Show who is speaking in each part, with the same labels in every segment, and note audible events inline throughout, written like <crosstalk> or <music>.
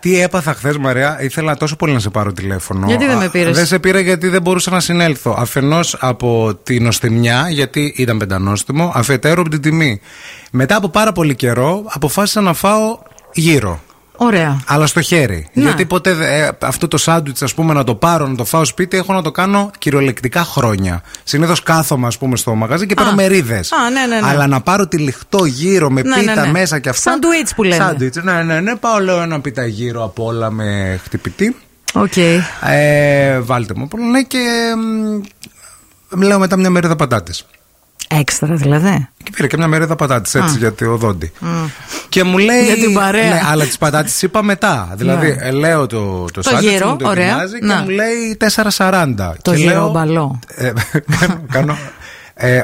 Speaker 1: Τι έπαθα χθες, Μαρία, ήθελα τόσο πολύ να σε πάρω τηλέφωνο.
Speaker 2: Γιατί δεν με πήρες?
Speaker 1: Δεν σε πήρα γιατί δεν μπορούσα να συνέλθω. Αφενός από τη νοστιμιά, γιατί ήταν πεντανόστιμο, αφετέρου από την τιμή. Μετά από πάρα πολύ καιρό, αποφάσισα να φάω γύρω.
Speaker 2: Ωραία.
Speaker 1: Αλλά στο χέρι.
Speaker 2: Ναι.
Speaker 1: Γιατί ποτέ δε- ε, αυτό το σάντουιτ, ας πούμε, να το πάρω, να το φάω σπίτι, έχω να το κάνω κυριολεκτικά χρόνια. Συνήθως κάθομαι, ας πούμε, στο μαγαζί και παίρνω μερίδες.
Speaker 2: Α, ναι, ναι, ναι.
Speaker 1: Αλλά να πάρω τη λιχτό γύρω με
Speaker 2: Ναι,
Speaker 1: πίτα
Speaker 2: ναι, ναι.
Speaker 1: μέσα και αυτά.
Speaker 2: Σαντουίτς που λέμε.
Speaker 1: Σάντουιτς, ναι, ναι, ναι. Πάω, λέω, ένα πίτα γύρω από όλα με χτυπητή.
Speaker 2: Οκ.
Speaker 1: Ε, βάλτε μου πολύ, ναι, και. μ, Λέω μετά μια μερίδα πατάτες.
Speaker 2: Έξτρα δηλαδή.
Speaker 1: Και πήρε και μια μερίδα πατάτε, έτσι, γιατί ο Δόντι. Και μου λέει.
Speaker 2: Για την παρέα. Ναι.
Speaker 1: Ναι, αλλά τις πατάτες είπα μετά. Δηλαδή, ε, λέω το, το, σάντουιτς
Speaker 2: γύρο,
Speaker 1: μου το
Speaker 2: ωραία.
Speaker 1: ετοιμάζει
Speaker 2: Να.
Speaker 1: και μου λέει 4,40.
Speaker 2: Το
Speaker 1: και
Speaker 2: γύρο
Speaker 1: λέω,
Speaker 2: μπαλό.
Speaker 1: Ε, κάνω. ε,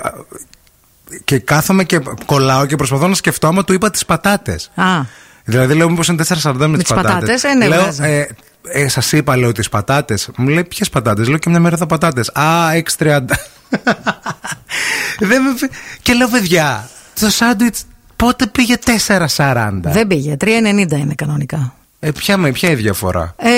Speaker 1: και κάθομαι και κολλάω και προσπαθώ να σκεφτώ άμα του είπα τις πατάτες.
Speaker 2: Α.
Speaker 1: Δηλαδή λέω μήπως είναι 4,40 με, τις
Speaker 2: τις πατάτες, ε, ναι,
Speaker 1: λέω,
Speaker 2: βγάζει.
Speaker 1: ε, ε, σας είπα λέω τις πατάτες. Μου λέει ποιες πατάτες. Λέω και μια μέρα θα πατάτες. Α, 6,30. Δεν με... πει- Και λέω παιδιά, το σάντουιτς πότε πήγε 4,40.
Speaker 2: Δεν πήγε. 3,90 είναι κανονικά.
Speaker 1: Ε, ποια, με- ποια η διαφορά.
Speaker 2: Ε,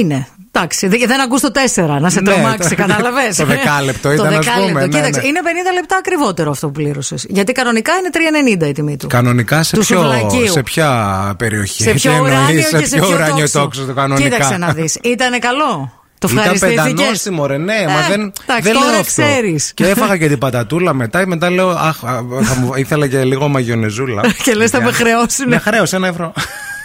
Speaker 2: είναι. Εντάξει, δε- δεν ακούς το 4 να σε
Speaker 1: Ναι,
Speaker 2: τρομάξει,
Speaker 1: το-
Speaker 2: κατάλαβες.
Speaker 1: το δεκάλεπτο ήταν, ας πούμε, ναι,
Speaker 2: Κοίταξε,
Speaker 1: ναι.
Speaker 2: είναι 50 λεπτά ακριβότερο αυτό που πλήρωσες. Γιατί κανονικά είναι 3,90 η τιμή του.
Speaker 1: Κανονικά σε,
Speaker 2: Του
Speaker 1: ποιο,
Speaker 2: σουβλακίου.
Speaker 1: σε ποια περιοχή.
Speaker 2: Σε πιο
Speaker 1: Τι εννοείς,
Speaker 2: ουράνιο και
Speaker 1: σε ποιο ουράνιο τόξο το κανονικά.
Speaker 2: Κοίταξε να δεις. Ήταν καλό. Το
Speaker 1: Ήταν
Speaker 2: ευχαριστήθηκες
Speaker 1: πεντανόστιμο, ρε, ναι, μα
Speaker 2: Ε,
Speaker 1: δεν,
Speaker 2: εντάξει,
Speaker 1: δεν
Speaker 2: τώρα
Speaker 1: λέω αυτό.
Speaker 2: ξέρεις.
Speaker 1: Και
Speaker 2: <laughs>
Speaker 1: έφαγα και την πατατούλα μετά, μετά λέω, αχ, α, θα μου, ήθελα και λίγο μαγιονεζούλα.
Speaker 2: <laughs> Και λες, θα με
Speaker 1: Για-
Speaker 2: χρεώσουνε.
Speaker 1: Με χρέωσε ένα
Speaker 2: <laughs>
Speaker 1: ευρώ.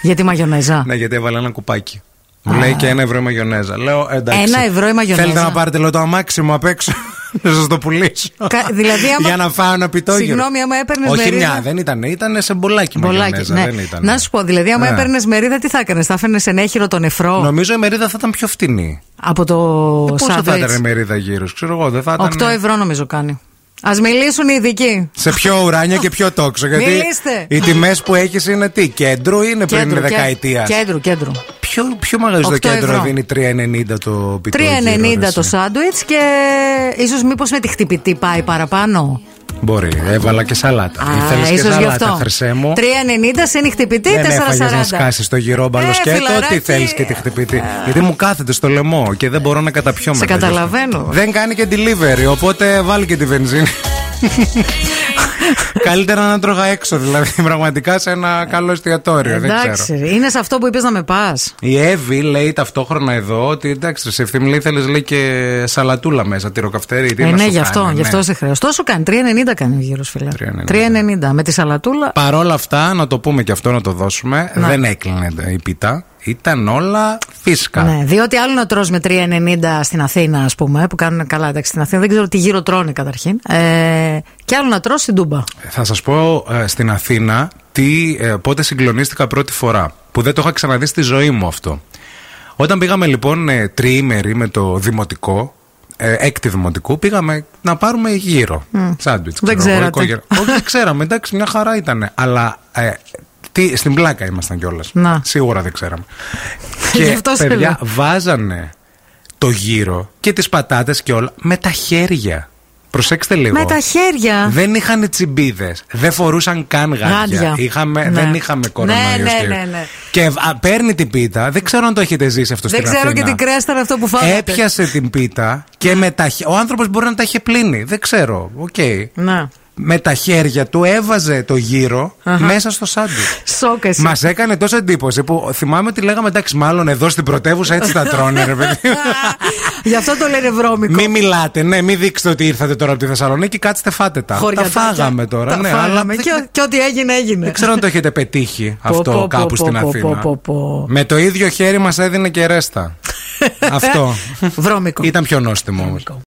Speaker 2: Για τη μαγιονέζα.
Speaker 1: ναι, γιατί έβαλα ένα κουπάκι. Μου λέει και ένα ευρώ η μαγιονέζα. Λέω, εντάξει.
Speaker 2: Ένα ευρώ η μαγιονέζα.
Speaker 1: Θέλετε να πάρετε λέω, το αμάξι μου απ' έξω. <laughs> να σας το πουλήσω.
Speaker 2: Κα- δηλαδή, άμα-
Speaker 1: Για να φάω ένα πιτόγυρο.
Speaker 2: Συγγνώμη, άμα έπαιρνες
Speaker 1: Όχι
Speaker 2: μερίδα-
Speaker 1: μια, δεν ήταν. Ήταν σε μπολάκι,
Speaker 2: Μπολάκι,
Speaker 1: μαγιονέζα.
Speaker 2: ναι.
Speaker 1: Δεν ήταν.
Speaker 2: Να σου πω, δηλαδή, άμα
Speaker 1: Ναι.
Speaker 2: έπαιρνες μερίδα, τι θα έκανες, θα έφερνες ενέχειρο τον νεφρό
Speaker 1: Νομίζω η μερίδα θα ήταν πιο φτηνή.
Speaker 2: από το
Speaker 1: Ε, Πόσο θα ήταν η
Speaker 2: σάντουιτς.
Speaker 1: μερίδα γύρω, ξέρω εγώ, δεν θα ήταν. ε,
Speaker 2: 8 ευρώ νομίζω κάνει. Ας μιλήσουν οι ειδικοί.
Speaker 1: Σε πιο ουράνιο και πιο τόξο. Γιατί
Speaker 2: Μιλήστε.
Speaker 1: οι τιμές που έχεις είναι τι, κέντρο ή είναι πριν
Speaker 2: κέ-
Speaker 1: δεκαετίας.
Speaker 2: Κέντρου, κέντρου.
Speaker 1: Ποιο, ποιο μαγαζί στο
Speaker 2: Οκτώ
Speaker 1: κέντρο
Speaker 2: ευρώ.
Speaker 1: δίνει 3,90 το πιτό.
Speaker 2: 3,90 το σάντουιτ και ίσως μήπως με τη χτυπητή πάει παραπάνω.
Speaker 1: Μπορεί, έβαλα και σαλάτα. Ήθελες Ε, και
Speaker 2: ίσως
Speaker 1: σαλάτα, χρυσέ μου.
Speaker 2: 3,90 συν η χτυπητή, 4,40.
Speaker 1: Δεν έφαγες να σκάσει το γυρόμπαλο
Speaker 2: Ε,
Speaker 1: σκέτο. Τι
Speaker 2: φιλαράκι.
Speaker 1: θέλεις και τη χτυπητή. Γιατί μου κάθεται στο λαιμό και δεν μπορώ να καταπιώ
Speaker 2: Σε
Speaker 1: μετά γι' αυτό.
Speaker 2: καταλαβαίνω.
Speaker 1: Δεν κάνει και delivery, οπότε βάλει και τη
Speaker 2: <laughs>
Speaker 1: βενζίνη. Καλύτερα να τρώγα έξω, δηλαδή <laughs> πραγματικά σε ένα καλό εστιατόριο. Δεν ξέρω.
Speaker 2: Εντάξει, είναι σε αυτό που είπες να με πας.
Speaker 1: Η Εύη λέει ταυτόχρονα εδώ ότι εντάξει, σε ευθύμη λέει θέλεις λέει και σαλατούλα μέσα, τυροκαυτέρι. Τι
Speaker 2: Ε,
Speaker 1: να
Speaker 2: ναι,
Speaker 1: σου
Speaker 2: γι' αυτό,
Speaker 1: κάνει,
Speaker 2: γι' αυτό
Speaker 1: ναι.
Speaker 2: σε χρέος. Τόσο κάνει. 3,90 κάνει ο γύρος, φίλε.
Speaker 1: 3,90.
Speaker 2: 3,90. Με τη σαλατούλα.
Speaker 1: Παρόλα αυτά, να το πούμε και αυτό, να το δώσουμε.
Speaker 2: Ναι.
Speaker 1: Δεν έκλεινε η πίτα. Ήταν όλα φίσκα.
Speaker 2: Ναι, διότι άλλο να τρως με 3,90 στην Αθήνα, ας πούμε, που κάνουν καλά εντάξει στην Αθήνα. Δεν ξέρω τι γύρω τρώνε καταρχήν. Ε, και άλλο να τρως στην Τούμπα.
Speaker 1: Θα σας πω ε, στην Αθήνα τι, ε, πότε συγκλονίστηκα πρώτη φορά. Που δεν το είχα ξαναδεί στη ζωή μου αυτό. Όταν πήγαμε λοιπόν ε, τριήμερη με το δημοτικό, ε, έκτη δημοτικού, πήγαμε να πάρουμε γύρο. Σάντουιτς.
Speaker 2: Δεν
Speaker 1: ξέρω εγώ,
Speaker 2: ξέρατε.
Speaker 1: οικογένεια. Όχι, δεν ξέραμε. Εντάξει, μια χαρά ήταν. Αλλά ε, τι, στην πλάκα ήμασταν κιόλας.
Speaker 2: Να.
Speaker 1: Σίγουρα δεν
Speaker 2: <laughs>
Speaker 1: ξέραμε.
Speaker 2: Γι'
Speaker 1: και
Speaker 2: αυτό σε
Speaker 1: παιδιά
Speaker 2: λέω.
Speaker 1: βάζανε το γύρο και τις πατάτες και όλα με τα χέρια. Προσέξτε λίγο.
Speaker 2: Με τα χέρια.
Speaker 1: Δεν είχαν τσιμπίδες. Δεν φορούσαν καν γάντια.
Speaker 2: Γάντια.
Speaker 1: Είχαμε,
Speaker 2: Ναι.
Speaker 1: Δεν είχαμε
Speaker 2: Ναι,
Speaker 1: κορονοϊό.
Speaker 2: ναι,
Speaker 1: στη-
Speaker 2: ναι, ναι.
Speaker 1: Και α, παίρνει την πίτα. Δεν ξέρω αν το έχετε ζήσει αυτό
Speaker 2: Δεν
Speaker 1: στην
Speaker 2: ξέρω
Speaker 1: Αθήνα. Ε,
Speaker 2: και τι κρέα ήταν αυτό που φάγατε.
Speaker 1: Έπιασε την πίτα και με τα... χε- ο άνθρωπος μπορεί να τα είχε πλύνει. Δεν ξέρω. Οκ.
Speaker 2: Να.
Speaker 1: Με τα χέρια του έβαζε το γυρο
Speaker 2: Αχα.
Speaker 1: μέσα στο σάντουιτ.
Speaker 2: Σόκα εσύ.
Speaker 1: Μας έκανε τόσο εντύπωση που θυμάμαι ότι λέγαμε εντάξει, μάλλον εδώ στην πρωτεύουσα έτσι τα τρώνε, ρε παιδί.
Speaker 2: <laughs> Γι' αυτό το λένε βρώμικο.
Speaker 1: Μη μιλάτε, ναι, μην δείξετε ότι ήρθατε τώρα από τη Θεσσαλονίκη, κάτσετε φάτε τα.
Speaker 2: Χωριατάκια.
Speaker 1: Τα φάγαμε τώρα,
Speaker 2: Τα
Speaker 1: ναι, αλλά
Speaker 2: φάγαμε.
Speaker 1: δεν-
Speaker 2: Και, ό- και ό,τι έγινε, έγινε.
Speaker 1: Δεν ξέρω αν το έχετε πετύχει
Speaker 2: Πω, πω,
Speaker 1: αυτό
Speaker 2: πω,
Speaker 1: κάπου
Speaker 2: πω,
Speaker 1: στην
Speaker 2: πω,
Speaker 1: Αθήνα.
Speaker 2: πω, πω.
Speaker 1: Με το
Speaker 2: <laughs>
Speaker 1: ίδιο χέρι μας έδινε και ρέστα. αυτό.
Speaker 2: Βρώμικο.
Speaker 1: Ήταν πιο νόστιμο όμως.